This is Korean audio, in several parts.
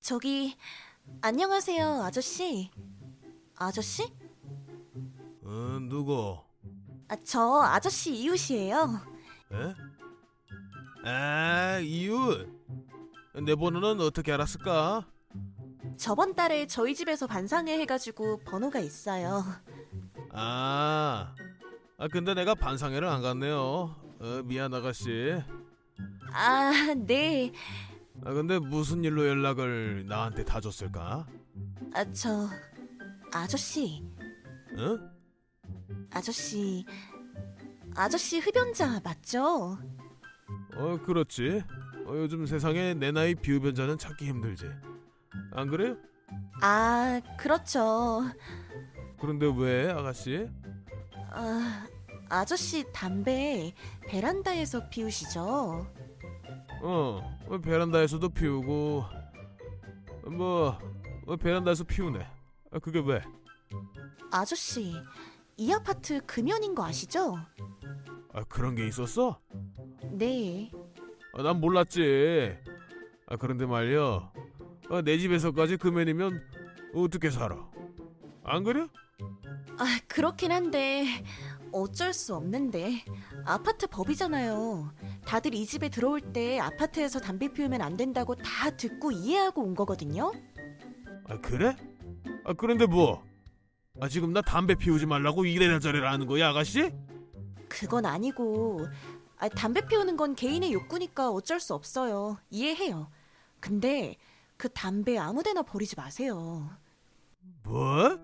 저기 안녕하세요 아저씨 아저씨? 어, 누구? 아, 저 아저씨 이웃이에요 에? 아, 이웃. 내 번호는 어떻게 알았을까? 저번 달에 저희 집에서 반상회 해가지고 번호가 있어요 아, 아 근데 내가 반상회를 안 갔네요. 어, 미안 아가씨. 아, 아네 아 근데 무슨 일로 연락을 나한테 다 줬을까? 아, 저 아저씨 응? 아저씨 아저씨 흡연자 맞죠? 어 그렇지. 어, 요즘 세상에 내 나이 비흡연자는 찾기 힘들지. 안 그래요? 아 그렇죠 그런데 왜 아가씨? 아 아저씨 담배 베란다에서 피우시죠? 어 어, 베란다에서도 피우고 뭐 어, 베란다에서 피우네. 아, 그게 왜? 아저씨 이 아파트 금연인 거 아시죠? 아 그런 게 있었어? 네 아, 난 몰랐지. 아 그런데 말이야. 아, 내 집에서까지 금연이면 어떻게 살아? 안 그래? 아, 그렇긴 한데 어쩔 수 없는데 아파트 법이잖아요. 다들 이 집에 들어올 때 아파트에서 담배 피우면 안 된다고 다 듣고 이해하고 온 거거든요. 아 그래? 아 그런데 뭐? 아 지금 나 담배 피우지 말라고 이래라 저래라 하는 거야 아가씨? 그건 아니고 아, 담배 피우는 건 개인의 욕구니까 어쩔 수 없어요. 이해해요. 근데 그 담배 아무데나 버리지 마세요. 뭐?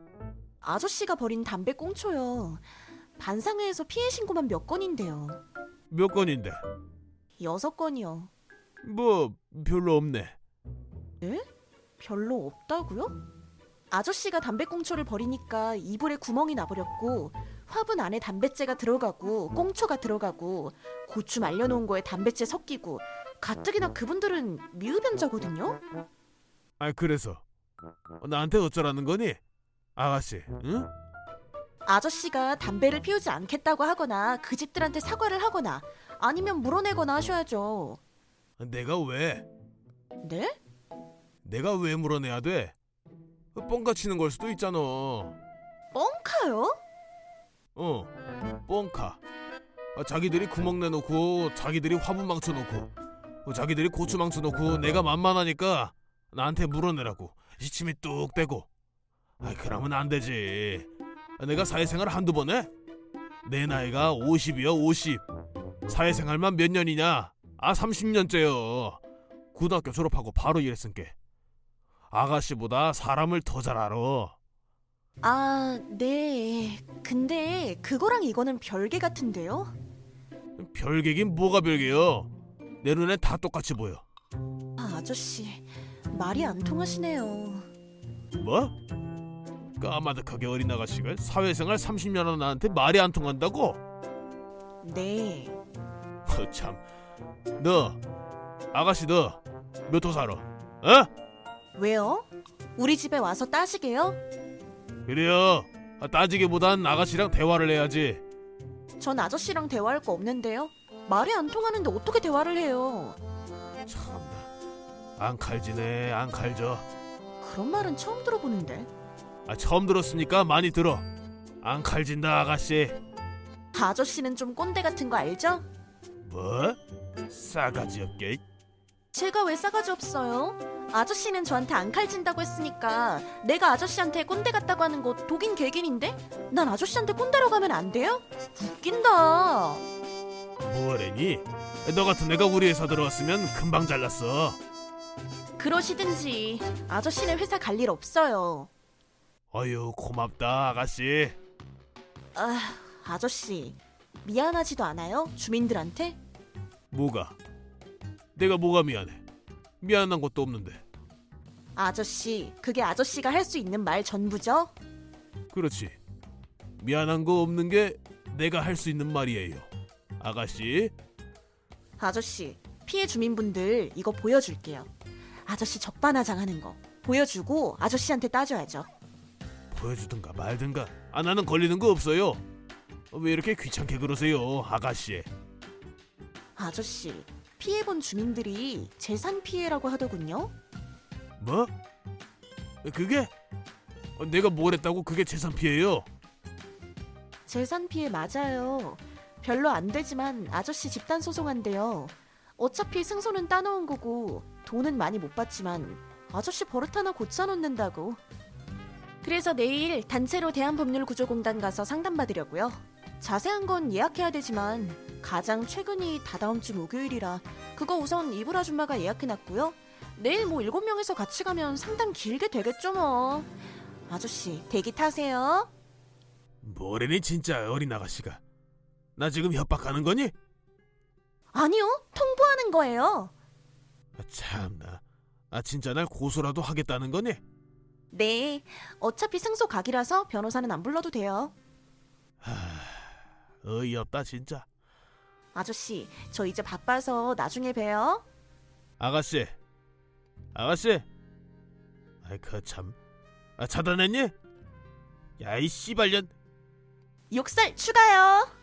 아저씨가 버린 담배 꽁초요. 반상회에서 피해 신고만 몇 건인데요. 몇 건인데? 여섯 건이요. 뭐 별로 없네. 별로 없다고요? 아저씨가 담배꽁초를 버리니까 이불에 구멍이 나버렸고 화분 안에 담뱃재가 들어가고 꽁초가 들어가고 고추 말려놓은 거에 담뱃재 섞이고 가뜩이나 그분들은 미흡연자거든요? 아 그래서 어, 나한테 어쩌라는 거니? 아가씨, 응? 아저씨가 담배를 피우지 않겠다고 하거나 그 집들한테 사과를 하거나 아니면 물어내거나 하셔야죠. 내가 왜? 네? 내가 왜 물어내야 돼? 어, 뻥카치는 걸 수도 있잖아. 뻥카요? 어, 뻥카. 아, 자기들이 구멍 내놓고, 자기들이 화분 망쳐놓고, 어, 자기들이 고추 망쳐놓고, 내가 만만하니까 나한테 물어내라고 시침이 뚝 대고. 아, 그러면 안 되지. 아, 내가 사회생활 한두 번 해? 내 나이가 50이야, 50. 사회생활만 몇 년이냐? 아, 30년째요. 고등학교 졸업하고 바로 일했으니까. 아가씨보다 사람을 더 잘 알아. 아, 네. 근데 그거랑 이거는 별개 같은데요? 별개긴 뭐가 별개요? 내 눈엔 다 똑같이 보여. 아, 아저씨 말이 안 통하시네요. 뭐? 까마득하게 어린 아가씨가 사회생활 30년 한 나한테 말이 안 통한다고? 네. 허, 참. 너 아가씨 너 몇 호 살아? 어? 왜요? 우리 집에 와서 따시게요? 그래요. 아, 따지기보단 아가씨랑 대화를 해야지. 전 아저씨랑 대화할 거 없는데요. 말이 안 통하는데 어떻게 대화를 해요? 참나. 안 칼지네 안 칼져. 그런 말은 처음 들어보는데. 아 처음 들었으니까 많이 들어. 안 칼진다 아가씨. 아저씨는 좀 꼰대 같은 거 알죠? 뭐? 싸가지 없게. 제가 왜 싸가지 없어요? 아저씨는 저한테 안 칼진다고 했으니까 내가 아저씨한테 꼰대 같다고 하는 거 독인 개긴인데? 난 아저씨한테 꼰대라고 하면 안 돼요? 웃긴다. 뭐래니? 너 같은 애가 우리 회사 들어왔으면 금방 잘났어. 그러시든지 아저씨는 회사 갈 일 없어요. 어유 고맙다 아가씨. 아, 아저씨 미안하지도 않아요? 주민들한테? 뭐가? 내가 뭐가 미안해? 미안한 것도 없는데. 아저씨, 그게 아저씨가 할 수 있는 말 전부죠? 그렇지. 미안한 거 없는 게 내가 할 수 있는 말이에요. 아가씨. 아저씨, 피해 주민분들 이거 보여줄게요. 아저씨 적반하장하는 거 보여주고 아저씨한테 따져야죠. 보여주든가 말든가. 아 나는 걸리는 거 없어요. 왜 이렇게 귀찮게 그러세요, 아가씨? 아저씨, 피해본 주민들이 재산 피해라고 하더군요. 뭐? 그게? 어, 내가 뭘 했다고 그게 재산 피해요? 재산 피해 맞아요. 별로 안 되지만 아저씨 집단 소송한대요. 어차피 승소는 따놓은 거고 돈은 많이 못 받지만 아저씨 버릇 하나 고쳐놓는다고. 그래서 내일 단체로 대한법률구조공단 가서 상담받으려고요. 자세한 건 예약해야 되지만 가장 최근이 다다음 주 목요일이라 그거 우선 이불 아줌마가 예약해놨고요. 내일 뭐 일곱 명에서 같이 가면 상담 길게 되겠죠 뭐. 아저씨 대기 타세요. 뭐래니 진짜 어린 아가씨가 나 지금 협박하는 거니? 아니요, 통보하는 거예요. 아, 참나 아 진짜 날 고소라도 하겠다는 거니? 네, 어차피 승소 각이라서 변호사는 안 불러도 돼요. 어이없다 진짜 아저씨, 저 이제 바빠서 나중에 봬요. 아가씨 아가씨 아이 그참 아, 차단했니? 야이 씨발년 욕설 추가요.